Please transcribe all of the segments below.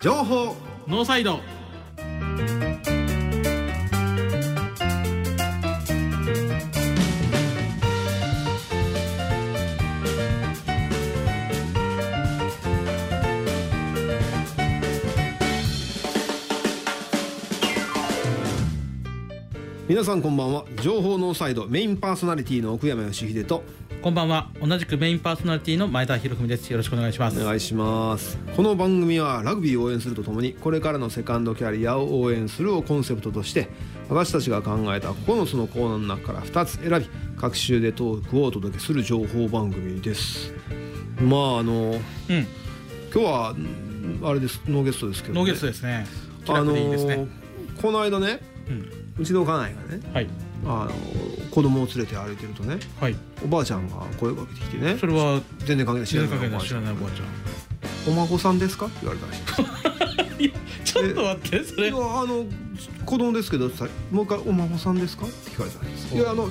情報ノーサイド皆さんこんばんは情報ノーサイドメインパーソナリティの奥山義秀とこんばんは同じくメインパーソナリティの前田博文ですよろしくお願いしまおす願いしますこの番組はラグビーを応援するとともにこれからのセカンドキャリアを応援するをコンセプトとして私たちが考えた9つのコーナーの中から2つ選び各週でトークをお届けする情報番組ですまああのうん今日はんあれですノーゲストですけどね、ノーゲストですね気あ楽のでいいですね、ーこの間ねうんうちの家内がねはいあのー子供を連れて歩いてるとねはいおばあちゃんが声をかけてきてねそれは全然関係ない知知ららなないおばあいち知ゃらんないおばあちゃんお孫さんですか?」って言われたらしいんですよいやちょっと待ってそいれやあの子供ですけどさもう一回「お孫さんですか?」って聞かれたらしいんですよ「いやあのよ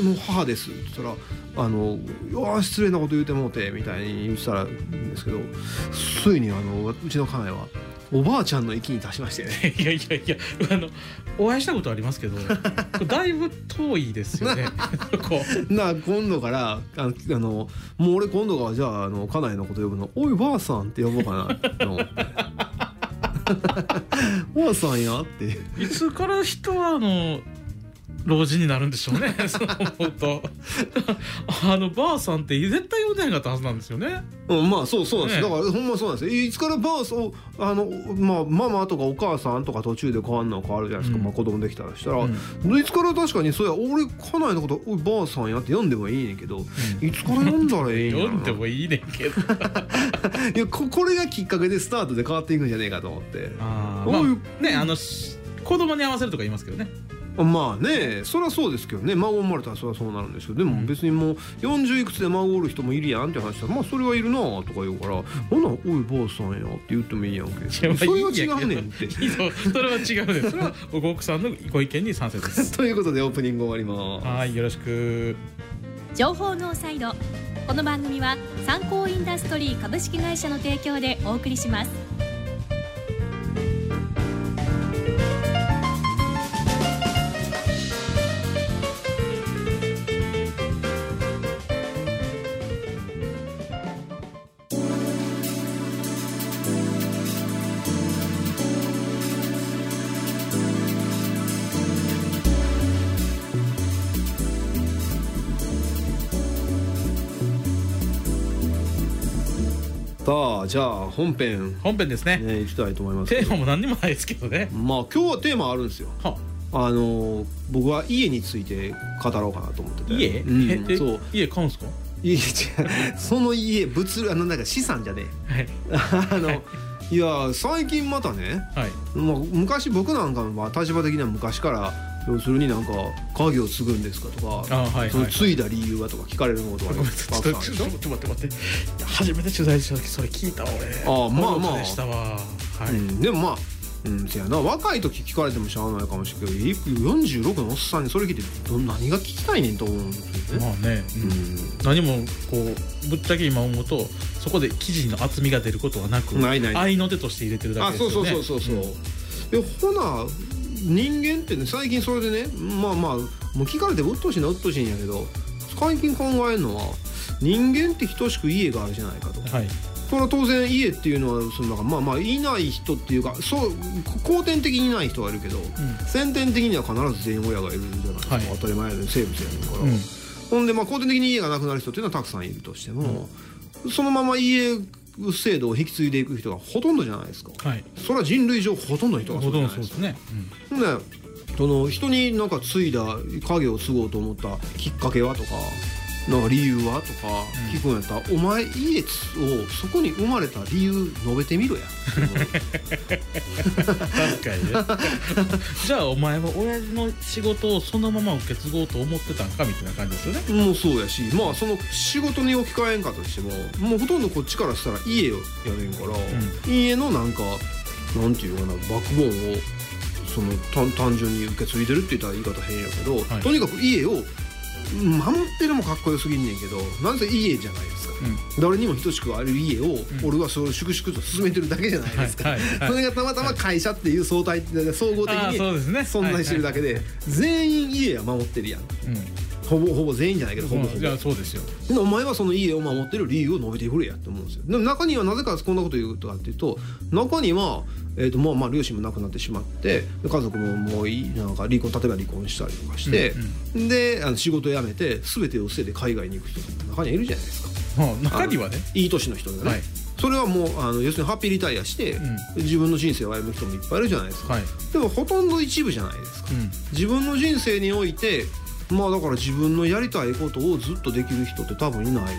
あの母です」って言ったら「あのよあ失礼なこと言うてもうて」みたいに言ってたらいいんですけどついにあのうちの家内はおばあちゃんの域に達しましてねいやいやいやあのお会いしたことありますけどこれだいぶ遠いで すよねこうな今度からあのあのもう俺今度からじゃああの家内のこと呼ぶの「おいばあさん」って呼ぼうかなと 思って「おばあさんや」っていう。いつから人はあの老人になるんでしょう ねそう思うとあのばあさんって絶対呼んでへんかったはずなんですよねうん、まあそうそうなんですよ、ねだからほんまそうなんですよいつからばあさんおあの、まあ、ママとかお母さんとか途中で変わるの変わるじゃないですか、うんまあ、子供できたらしたら、うんいつから確かにそうや俺家内のこと「おいばあさんや」って読んでもいいねんけど、いつから読んだらええんや読ろ んなでもいいねんけどいやこ これがきっかけでスタートで変わっていくんじゃねえかと思ってあおーいまあねあのし子供に合わせるとか言いますけどねまあねそりゃそうですけどね孫生まれたらそりゃそうなるんですけどでも別にもう40いくつで孫おる人もいるやんって話したら「まあそれはいるな」とか言うから「ほなおいばあさんや」って言ってもいいやんけそいやれまあはいい違んやけうどねんって。いいぞ それは違うですそれは奥さんのご意見に賛成です ということでオープニング終わります。 はいよろしく情報ノーサイドこの番組は参考インダストリー株式会社の提供でお送りしますさあじゃあ本編本編ですねね行きたいと思いますけテど。ーマも何にもないですけどねまあ今日はテーマあるんですよ。はあのー僕は家について語ろうかなと思ってて。家、うん、えそう家買うんですか家違うその家物あのなんか資産じゃねはいえ。 あのいや最近またね、はいまあ、昔僕なんかのまあ立場的には昔から要するになんか家業を継ぐんですかとか。あはいそはのい継いだ理由はとか聞かれることごがめ んなさいちょっとちょっとちょっと待って待っていや初めて取材した時それ聞いた俺あまあまあ驚きでしたわはい、うん、でもまあうん、せやな若い時聞かれてもしゃあないかもしれんけどい46のおっさんにそれ聞いてど何が聞きたいねんと思うんですよね。まあね、何もこうぶっちゃけ今思うとそこで生地の厚みが出ることはなくうん、ないない愛の手として入れてるだあけでそうすそようねそうそうそう、でほな人間ってね最近それでねまあまあもう聞かれてもうっとうしいなうっとうしいんやけど最近考えるのは人間って等しく家があるじゃないかと。はいそれは当然家っていうのはそのなんかまあまあいない人っていうかそう後天的にいない人はいるけど、先天的には必ず全員親がいるじゃないですか、はい当たり前やで生物やねんから、うんほんでまあ後天的に家がなくなる人っていうのはたくさんいるとしても、そのまま家制度を引き継いでいく人がほとんどじゃないですか、はいそれは人類上ほとんどの人がほそとうんじゃどないそうででかすすほね、んでその人になんか継いだ家業を継ごうと思ったきっかけはとかなんか理由はとかうん聞くんやったら、お前家をそこに生まれた理由述べてみろやうん、確かにね じゃあお前は親父の仕事をそのまま受け継ごうと思ってたんかみたいな感じですよねもうそうやしまあその仕事に置き換えんかとしてももうほとんどこっちからしたら家をやねんから、家のなんかなんていうかなバックボーンをその単単純に受け継いでるって言ったら言い方変やけど、はいとにかく家を守ってるもかっこよすぎんねんけどなんせ家じゃないですか、う誰にも等しくある家を、ん俺はそれを粛々と進めてるだけじゃないですか、はいはいはいそれがたまたま会社っていう相対総合的あーにそうですね存在してるだけで全員家は守ってるやんうほぼほぼ全員じゃないけどほぼん、ほぼいやそうですよでお前はその家を守ってる理由を述べてくれやって思うんですよでも中にはなぜかこんなこと言うとかっていうと中には、えーとまあ、まあ両親も亡くなってしまってで家族ももういいなんか離婚例えば離婚したりとかして、であの仕事辞めて全てを捨てて海外に行く人も中にはいるじゃないですかまあ中にはねいい年の人でね、はいそれはもうあの要するにハッピーリタイアして、自分の人生を歩む人もいっぱいいるじゃないですか、はい、でもほとんど一部じゃないですかうん、自分の人生においてまあだから自分のやりたいことをずっとできる人って多分いないい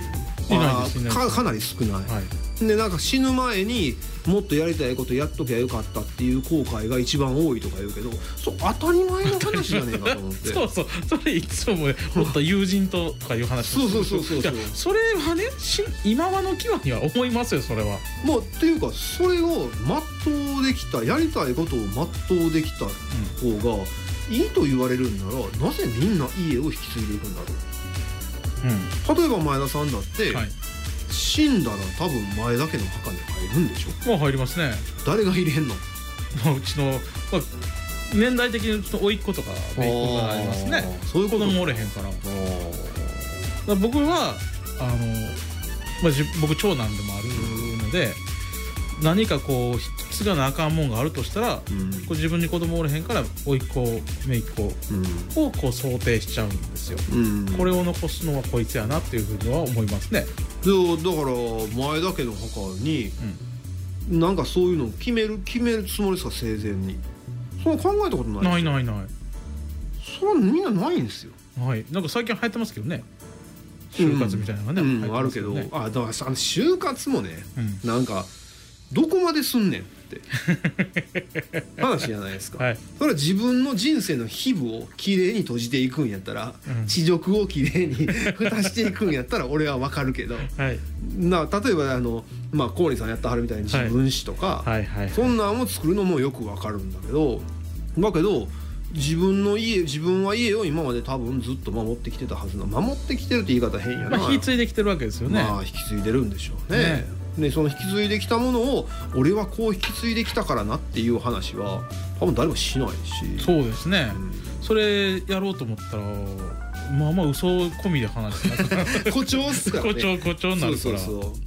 ないあーですいないですかかなり少ない、はいでなんか死ぬ前にもっとやりたいことやっときゃよかったっていう後悔が一番多いとか言うけどそう当たり前の話じゃねえかと思って そうそうそれいつもねもっと友人ととかいう話そうそうそうそういやそれはねし今はの際には思いますよそれはまあっていうかそれを全うできたやりたいことを全うできた方がいいと言われるんならなぜみんな家を引き継いでいくんだろうう例えば前田さんだって、んはい死んだら多分前だけの墓に入るんでしょもう入りますね誰が入れんのまあうちの、まあ、年代的にうちの甥っ子とか姪っ子がありますねあーそういうこ子と供おれへんからだかあーら僕はあの、まあ、じ僕長男でもあるので何かこう引き継がなあかんもんがあるとしたらうんこう自分に子供おれへんから甥っ子姪っ子をこう想定しちゃうんですようんうんこれれを残すのはこいつやなっていうふうには思いますね、だから前だけの墓になんかそういうのを決める決めるつもりですか生前にそんな考えたことないないないなそれはみんなないんですよいはいなんか最近流行ってますけどね就活みたいなのがね、うん流行あってまるすけよどねあだからさ就活もねなんかどこまですんねんって 話じゃないですうか、ん、はいそれは自分の人生の皮膚をきれいに閉じていくんやったら、うん地獄をき れいに蓋していくんやったら俺はわかるけどはいな例えばあの、まあ、コーリーさんやってはるみたいに自分史とか、はいはいそんなんも作るのもよくわかるんだけどだけど自分の家自分は家を今まで多分ずっと守ってきてたはずな守ってきてるって言い方変やな、まあ、引き継いできてるわけですよね、まあ引き継いでるんでしょうねねでその引き継いできたものを俺はこう引き継いできたからなっていう話は多分誰もしないしそうですね、うそれやろうと思ったらまあまあ嘘込みで 話してたん誇張っすからね誇張誇張になそうるかそうらそ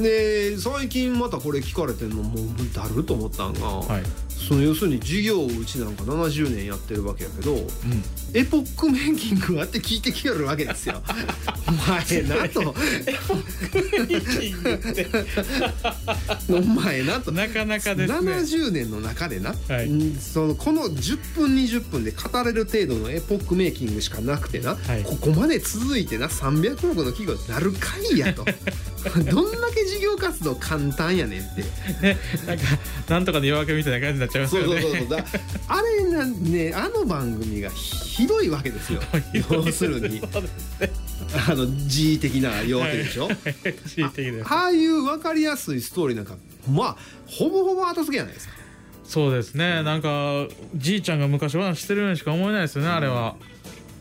うで最近またこれ聞かれてんのもうだると思ったんが、 はい、その要するに授業をうちなんか70年やってるわけやけどうん、エポックメイキングはって聞いてきよるわけです よお前なとお前なとなかなかですね70年の中でな、はいうんそのこの10分20分で語れる程度のエポックメイキングしかなくてな、はいここまで続いてな300億の企業になるかいや とどんだけ事業活動簡単やねんってなんかなんとかの夜明けみたいな感じになっちゃいますそうよそうねそうそうだあれなんねあの番組がひひどいわけですよ要するにそうですねあの G 的な夜明けでしょ、恣意 的ですああいう分かりやすいストーリーなんかまあほぼほぼ後付けじゃないですかそうですねなんかじいちゃんが昔話してるようにしか思えないですよね、あれは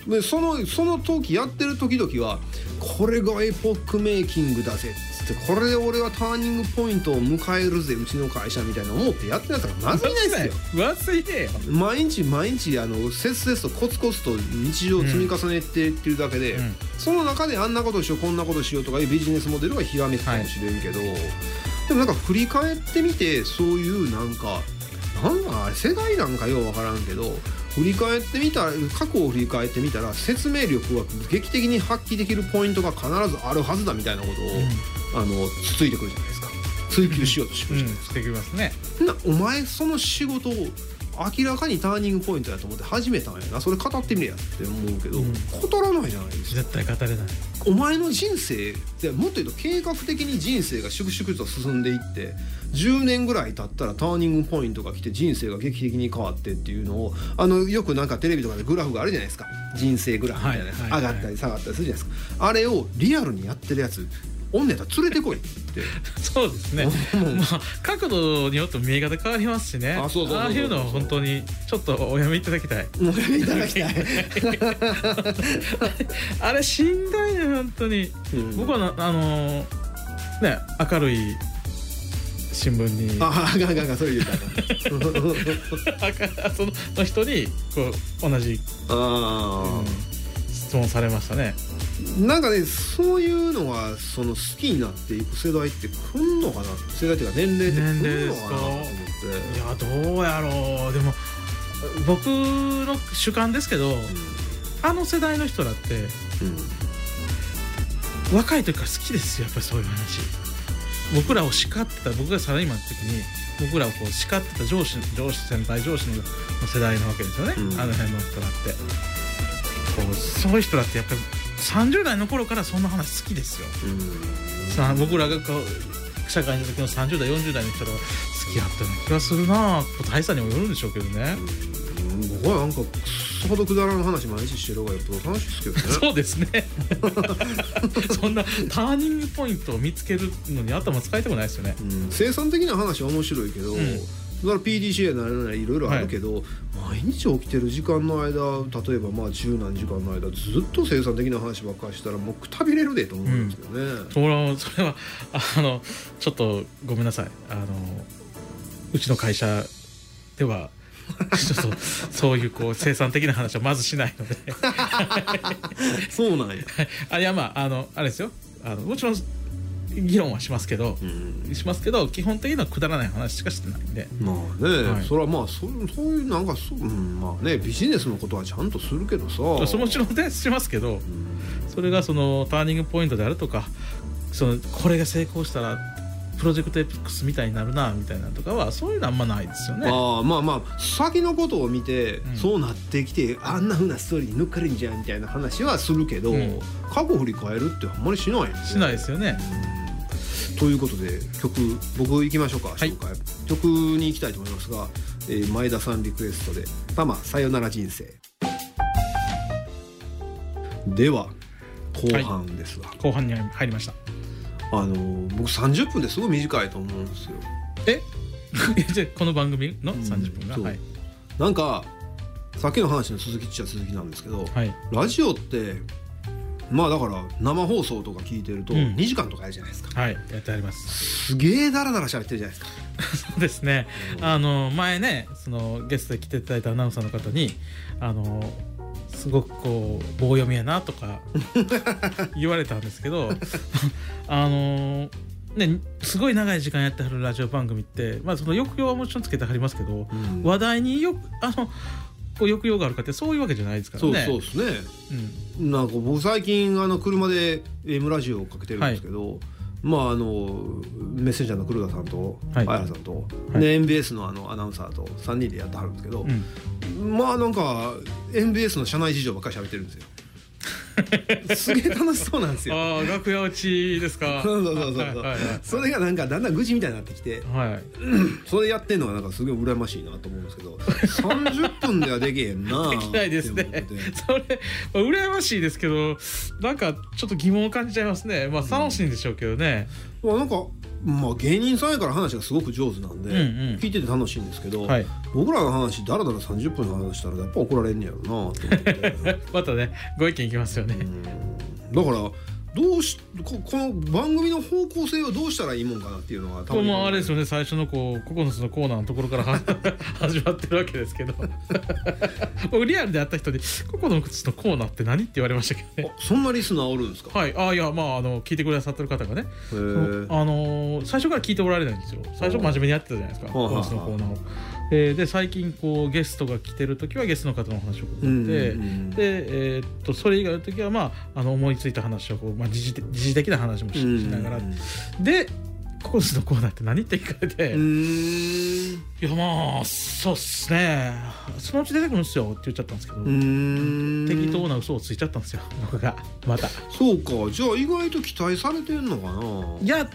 でそのその時やってる時々はこれがエポックメイキングだぜっつってこれで俺はターニングポイントを迎えるぜうちの会社みたいな思ってやってなかったらまずいないですよまずいねよ毎日毎日あのせっせっとコツコツと日常を積み重ねていってるだけで、うんその中であんなことしようこんなことしようとかいうビジネスモデルはひらめくかもしれんけど、でもなんか振り返ってみてそういうなんかなんかあれ世代なんかようわからんけど振り返ってみたら過去を振り返ってみたら説明力が劇的に発揮できるポイントが必ずあるはずだみたいなことを、あのつついてくるじゃないですか追求しようとしてく うるんじゃないですか。してきますねなお前その仕事を明らかにターニングポイントやと思って始めたんやなそれ語ってみれやって思うけど、うん語らないじゃないですか絶対語れないお前の人生でもっと言うと計画的に人生が粛々と進んでいって10年ぐらい経ったらターニングポイントが来て人生が劇的に変わってっていうのをあのよくなんかテレビとかでグラフがあるじゃないですか人生グラフみたいなやつ、はいはいは上いがったり下がったりするじゃないですかあれをリアルにやってるやつおんねやったら連れてこいって そうですね 思うまあ角度によっても見え方変わりますしねあそうそうそうそうああいうのは本当にちょっとおやめいただきたいもういただきたい、あれしんどいね本当にうん 僕はなあのーね明るい新聞にああガンガンガンそれ言うたら そのの人にこう同じ、あ質問されましたねあなんかねそういうのはその好きになっていく世代ってくんのかな世代っていうか年齢ってくんのかなと思っ年齢いやどうやろうでも僕の主観ですけどあの世代の人だってて、うん若い時から好きですよやっぱりそういう話僕らを叱ってた僕がサラリーマンの時に僕らをこう叱ってた上司上司先輩上司の世代なわけですよね、うんあの辺の人だってこうそういう人だってやっぱり30代の頃からそんな話好きですようんさあ僕らがこう社会の時の30代40代の人と付き合ったような気がするなあ大差にもよるんでしょうけどね、うん僕はなんかくっそほどくだらん話毎日してる方がよっぽど楽しいですけどねそうですね そんなターニングポイントを見つけるのに頭使いたくないですよねうん生産的な話は面白いけど、うんそれから PDCA なるなりいろいろあるけど、毎日起きてる時間の間例えばまあ十何時間の間ずっと生産的な話ばっかりしたらもうくたびれるでと思うんですけどね、 それはそれはあのちょっとごめんなさいあのうちの会社ではちょっとそういうこう生産的な話はまずしないのでそうなんや、あいやまああのあれですよあのもちろん議論はしますけど、うんしますけど基本的にはくだらない話しかしてないんでまあね、はいそれはまあそそういうなんかそう、うんまあねビジネスのことはちゃんとするけどさそれもちろんねしますけどうんそれがそのターニングポイントであるとかそのこれが成功したらプロジェクト X みたいになるなみたいなとかはそういうのあんまないですよね。ああまあまあ先のことを見て、んそうなってきてあんなふうなストーリーに乗っかるんじゃんみたいな話はするけど、うん過去振り返るってあんまりしないよねしないですよね。うんということで曲僕行きましょうか、い紹介曲に行きたいと思いますが、えー前田さんリクエストで「タマさよなら人生」では後半ですが、後半に入りました。あのー僕30分ですごい短いと思うんですよ。 えじゃあこの番組の30分が、そうはい、なんかさっきの話の続きっちゃ続きなんですけど、はい、ラジオってまあだから生放送とか聞いてるとうん2時間とかやるじゃないですか、はい、やってあります すげえダラダラ喋ってるじゃないですか、そうですねあの前ねそのゲストで来ていただいたアナウンサーの方にあのすごくこう棒読みやな とか言われたんですけど あのねすごい長い時間やってはるラジオ番組ってまあその抑揚はもちろんつけてはりますけどうん話題によくあのこう抑揚があるかってそういうわけじゃないですからそうね。そうですねうんなんか僕最近あの車で M ラジオをかけてるんですけど、まああのメッセンジャーの黒田さんとは綾い原さんと、はいで MBS のあのアナウンサーと3人でやってはるんですけど、うんまあなんか MBS の社内事情ばっかり喋ってるん ですよすげえ楽しそうなんですよああ楽屋落ちですか そうそうそうそうはいはいはいそれがなんかだんだん愚痴みたいになってきてはい、それやってんのがなんかすごい羨ましいなと思うんですけど30分ではできへんなできないですって思ねって。 それ、まあ羨ましいですけど、なんかちょっと疑問を感じちゃいますね。まあ楽しいんでしょうけどね。 まあなんかまあ芸人さんやから話がすごく上手なんで、うんうん聞いてて楽しいんですけど、はい。僕らの話だらだら30分の話したらやっぱ怒られんねやろなと思っ て。またね、ご意見いきますよね。だからどうしここの番組の方向性をどうしたらいいもんかなっていうのがこれもあれですよよね、最初のこう9つのコーナーのところからは 始まってるわけですけど、 僕リアルで会った人に9つのコーナーって何って言われましたけどね。そんなリスナーおるんですか、はい、あいやまああの聞いてくださってる方がね、へあーのー最初から聞いておられないんですよ最初真面目にやってたじゃないですかほうほうほう9つのコーナーを。えーで最近こうゲストが来てる時はゲストの方の話を伺って、うんうんうんで、えーっとそれ以外の時は、まあ、あの思いついた話をこう、まあ、時事的時事的な話もししながら、うんでコースのコーナーって何って聞かれて、ういーんやまあそうっすねそのうち出てくるんですよって言っちゃったんですけど、うーん適当な嘘をついちゃったんですよ僕がまた。そうかじゃあ意外と期待されてんのかいなや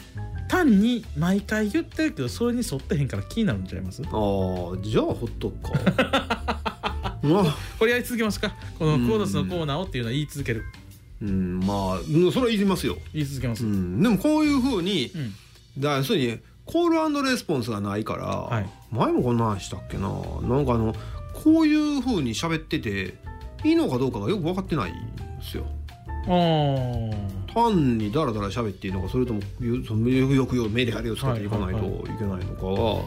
単に毎回言ってるけどそれに沿ってへんから気になるんちゃいますあーじゃあほっとくかうわ これやり続けますかこのうんコーナスのコーナーをっていうのは言い続けるううんまあうんそれは言いますよ、言い続けますううんん、でもこういうふうに、うんだから要するにコールレスポンスがないから、い前もこんな話したっけななんかあのこういうふうに喋ってていいのかどうかがよく分かってないんですよ。あー単にダラダラ喋っていいのかそれともよそのよくよくよ命令あれを使っていかないとはいはいいけないのかは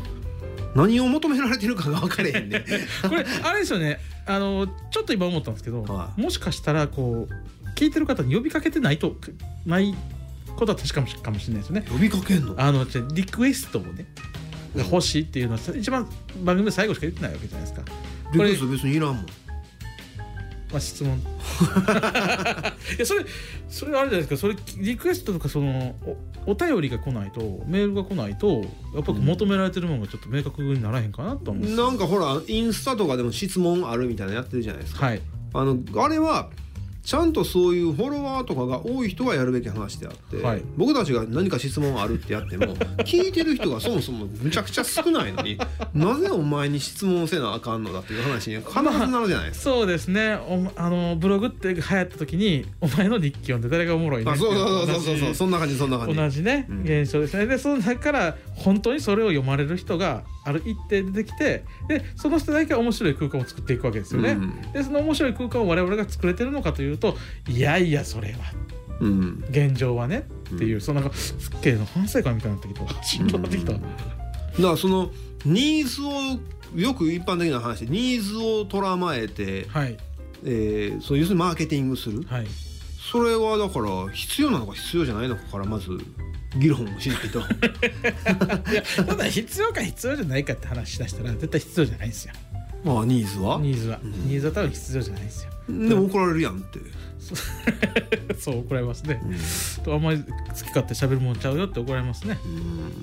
何を求められてるかが分かれへんね。 これあれですよねあのちょっと今思ったんですけど、はいもしかしたらこう聞いてる方に呼びかけてないとないことは確かもしかもしれないですよね呼びかけんのあのじゃあリクエストもねうん欲しいっていうのは一番番組の最後しか言ってないわけじゃないですか、リクエスト別にいらんもん。まあ、質 問いやそれそれあれじゃないですかそれリクエストとかそのおお便りが来ないとメールが来ないとやっぱり求められてるものがちょっと明確にならへんかなと思うんですよなんかほらインスタとかでも質問あるみたいなのやってるじゃないですか。はいあのあれはちゃんとそういうフォロワーとかが多い人がやるべき話であって、はい僕たちが何か質問あるってや っても聞いてる人がそもそもむちゃくちゃ少ないのになぜお前に質問せなあかんのだっていう話に必ずなるじゃ ないですか。そうですねおまあのブログって流行った時にお前の日記読んで誰がおもろいねんあっていそうそうそうそうそうそんな感じそんな感同じじ同じね、うん現象ですねでその中から本当にそれを読まれる人がある一定出てきてでその人だけが面白い空間を作っていくわけですよね、うんでその面白い空間を我々が作れてるのかというといやいやそれはうん現状はねっていう、うんそのなんかすっげえの反省会みたいになってきたわしんどなってきたわうんだからそのニーズをよく一般的な話でニーズをとらまえて、はいえー、そう要するにマーケティングする はいそれはだから必要なのか必要じゃないのかからまず議論をしない といやただ必要か必要じゃないかって話しだしたら絶対必要じゃないんですよまあニーズはニーズは、うんニーズは多分必要じゃないんで すよでも怒られるやんって、そうそう怒られますねとあんまり好き勝手喋るもんちゃうよって怒られますね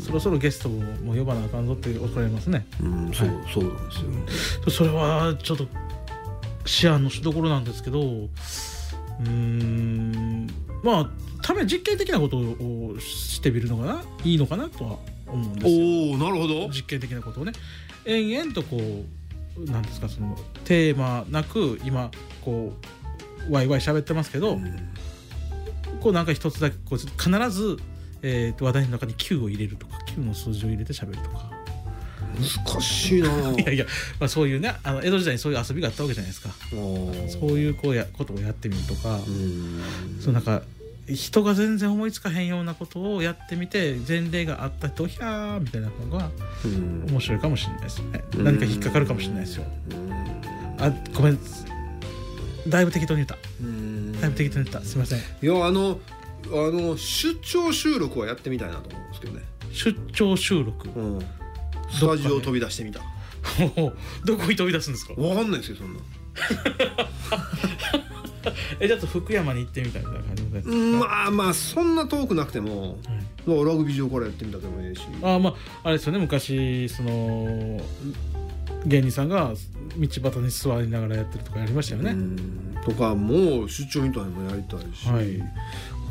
そろそろゲストももう呼ばなあかんぞって怒られますねうん、うん、そうそうなんですよそれはちょっと思案のしどころなんですけどうーんまあため実験的なことをしてみるのかないいのかなとは思うんですよおおなるほど実験的なことをね延々とこうなんですかそのテーマなく今こうワイワイ喋ってますけど、うんこうなんか一つだけこう必ず、えー、と話題の中に9を入れるとか9の数字を入れて喋るとか、難しいないやいや、まあ、そういうねあの江戸時代にそういう遊びがあったわけじゃないですかそうういうこうやことをやってみるとか、んそうなんか人が全然思いつかへんようなことをやってみて前例があった人ひゃーみたいなのがうん面白いかもしれないですねうん何か引っかかるかもしれないですよあごめんだいぶ適当に言ったうんだいぶ適当に言ったすいませんいやあのあの出張収録はやってみたいなと思うんですけどね、出張収録うん、スタジオを飛び出してみたおうどこに飛び出すんですかわかんないですよそんなえちょっと福山に行ってみたみたいな感じで、はいうんまあまあそんな遠くなくてもまあラグビー場からやってみたでもいいしあーまああれですよね昔その芸人さんが道端に座りながらやってるとかやりましたようね、んとかもう出張みたいのもやりたいし、はい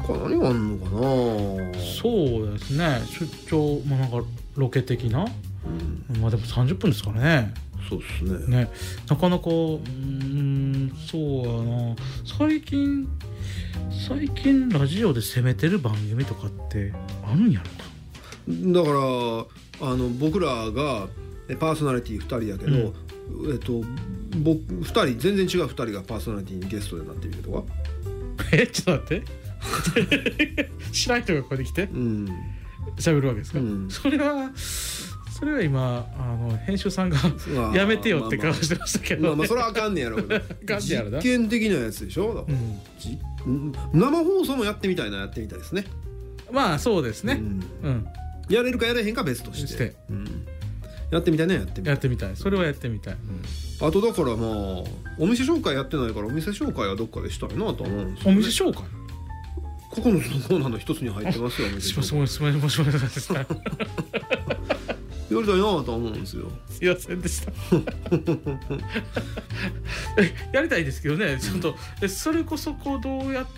他何があんのかなそうですね出張もなんかロケ的なうんまあでも30分ですからねそうですねねなかなかうーんそうやな最近最近ラジオで攻めてる番組とかってあるんやろかだからあの僕らがえパーソナリティ2人やけど、えっと僕2人全然違う2人がパーソナリティにゲストでなってみるとか えちょっと待って 知らん人がここに来てうん喋るわけですか、うんそれはそれは今あの編集さんがまあやめてよって顔ましてましたけあまあまあまどねあそれはあかんねやろう けどかんねやろな実験的なやつでしょだかうらんじうん生放送もやってみたいなやってみたいですねまあそうですうねんうん、やれるかやれへんか別としてしてうん、やってみたいねやってみたいやってみたいそれはやってみたい、あとだからまあお店紹介やってないからお店紹介はどっかでしたいなとは思うんですおよ、ね、店紹介ここのコーナーの一つに入ってます よおす店いませ紹ん介もしもしもしもしもしすいまやりたいなとは思うんですよせんでしたえやりたいですけどねちょっとえそれこそこうどうやって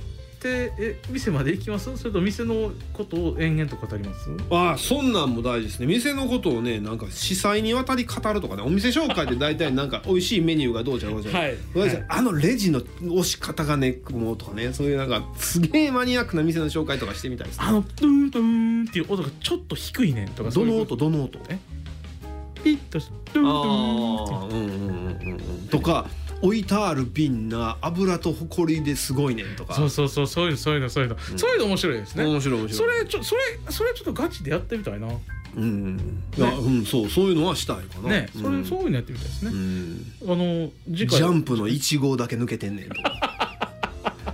店え店まで行きますそれと店のことを延々と語りますああそんなんも大事ですね店のことをねなんか司祭にわたり語るとかねお店紹介で大体なんか美味しいメニューがどうじゃこうじゃ、はいごめんなさいはいあのレジの押し方がねもうとかねそういうなんかすげえマニアックな店の紹介とかしてみたいですねあのドゥンドゥンっていう音がちょっと低いねんとかどのそう音どの音えいうピッとしてドゥンドゥンあってあうんうんうんうんうんとか置いてある瓶が油とほこりですごいねんとかそうそうそうそういうのそういうのそういうの、うんそういうの面白いですね、面白い面白いそれちょそれそれちょっとガチでやってみたいなねうんうんいやうんそうそういうのはしたいかなそれ、そういうのやってみたいですうね、んあの次ジ回ャンプの1号だけ抜けてんねんとか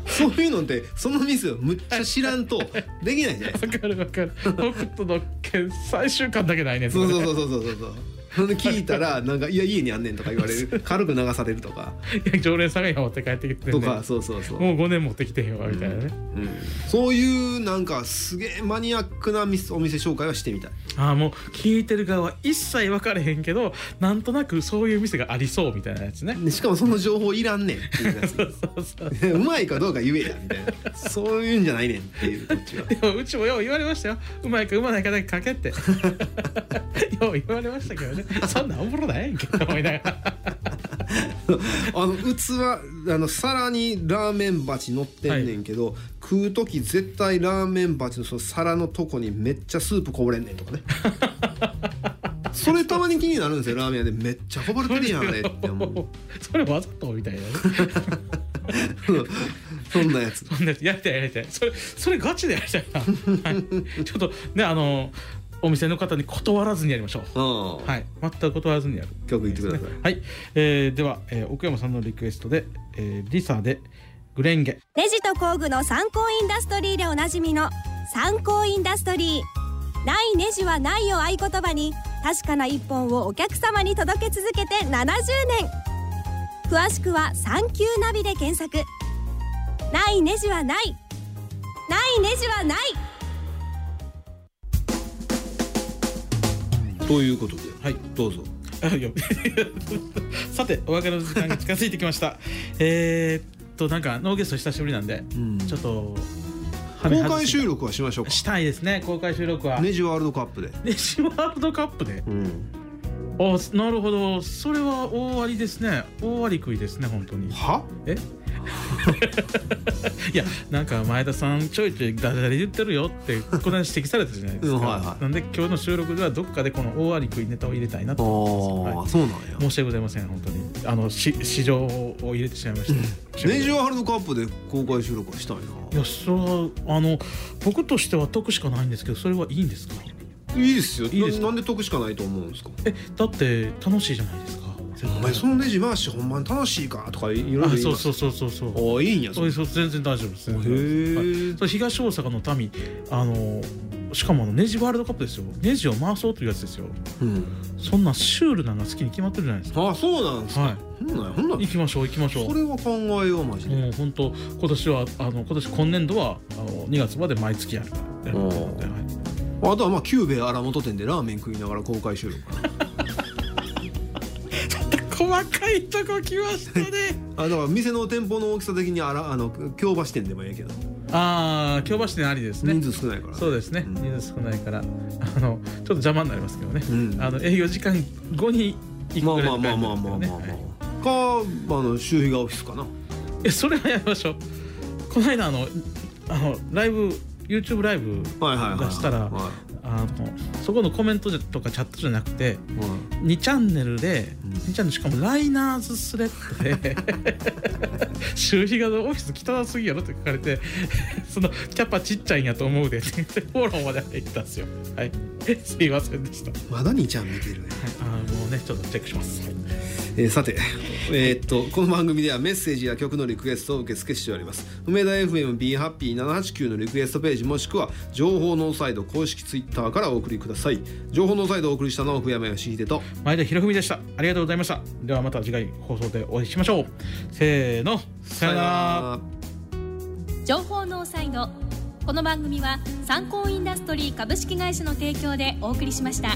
そういうのってそのミスをむっちゃ知らん とできないじゃないですかわかるわかる北斗の拳最終巻だけないねそうそそれうそうそうそうそうほんで聞いたらなんか「いや家にあんねん」とか言われる軽く流されるとかいや常連さんが今持って帰ってき てんねとかそうそうそう、もう5年持ってきてへんわみたいなね、うん、そういうなんかすげえマニアックなミスお店紹介はしてみたいああもう聞いてる側は一切分かれへんけどなんとなくそういう店がありそうみたいなやつねでしかもその情報いら んねんっていうやつそうそううまいかどうか言えやみたいなそういうんじゃないねんっていうこっちは でもうちもよう言われましたようまいかうまないかだけかけってよう言われましたけどねそんなんおもろないやんけと思いながらあの器あの皿にラーメン鉢乗ってんねんけど、食う時絶対ラーメン鉢のその皿のとこにめっちゃスープこぼれんねんとかねそれたまに気になるんですよラーメン屋でめっちゃこぼれてるやんあれって思 う それわざとみたいなねそんなやつ そんなやつやりたいやりたいそれそれガチでやりたいな、はい、ちょっとねあのお店の方に断らずにやりましょううん、はい、全く断らずにやる。曲言ってくださいはい、えーでは、えー奥山さんのリクエストで、えーリサでグレンゲ。レジと工具の参考インダストリーでおなじみの参考インダストリーないネジはないを合言葉に確かな一本をお客様に届け続けて70年詳しくは「サンキューナビ」で検索ないネジはないないネジはないということではい、どうぞあいや さて、お別れの時間が近づいてきました。えーっと、なんかノーゲスト久しぶりなんで、うんちょっと。はめ公外開し収録はしましょうかしたいですね、公開収録は。ネジワールドカップで、ネジワールドカップで。うん、お、なるほど、それは大ありですね。大あり食いですね、本当に。はえ いやなんか前田さんちょいちょいダジャレ言ってるよってこの間指摘されたじゃないですか、うんはいはいなんで今日の収録ではどっかでこの大あり食いネタを入れたいなあとあ、思ってます、そうなんはい、や申し訳ございません本当にあのし市場を入れてしまいましたネジワールドカップで公開収録はしたいいやそれはあの僕としては得しかないんですけどそれはいいんですかないいですよいいですかななんで得しかないと思うんですかえだって楽しいじゃないですかお前そのネジ回しほんまに楽しいかとかいろいろあ言いそうますそうそうそうそうおいいんやそうそう全然大丈夫です全然大丈夫ですはいへえそれ東大阪の民あのしかもあのネジワールドカップですよネジを回そうというやつですよそんなシュールなのが好きに決まってるじゃないですかあそうなんですかはほんなんやほんなんいや行きましょう行きましょそうれは考えようマジでもう本当今年はあの今年今年度はあの2月まで毎月やるやるということではいあとはまあ久兵衛荒本店でラーメン食いながら公開収録かな細かいとこ来ましたねあだから店の店舗の大きさ的にあらあの京橋店でもいいけどああ京橋店ありですね人数少ないからそうですねうん人数少ないからあのちょっと邪魔になりますけどね、うんあの営業時間後に行まくあぐらまいあのまあ感じまなあんですけまどあまねあはいまあかあの周囲がオフィスかなえそれはやりましょうこの間あのあのライブ YouTube ライブはいはいはいはい出したらはあのそこのコメントとかチャットじゃなくていはい2チャンネルで、うん2チャンネルしかもライナーズスレッドで 「周比がのオフィス汚すぎやろ」って書かれて 「そのキャパちっちゃいんやと思うで」って言ってフォローまで入ったんですよはいすいませんでした、はい、まだにちゃん見てるねあーもうねちょっとチェックします、はいえーさて、えーっとこの番組ではメッセージや曲のリクエストを受け付けしております梅田 FMBHappy789 のリクエストページもしくは情報ノーサイド公式ツイッターからお送りください情報ノーサイドをお送りしたのは福山よしひでと前田博文でしたありがとうございましたではまた次回放送でお会いしましょうせーのさよなら情報ノーサイドこの番組は参考インダストリー株式会社の提供でお送りしました。